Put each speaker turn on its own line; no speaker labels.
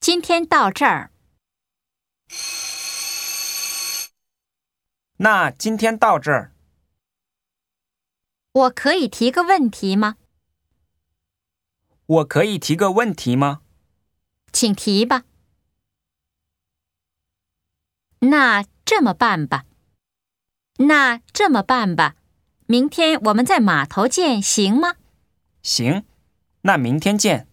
今天到这儿，
那今天到这儿，
我可以提个问题吗？
我可以提个问题吗？
请提吧。那这么办吧，那这么办吧，明天我们在码头见，行吗？
行，那明天见。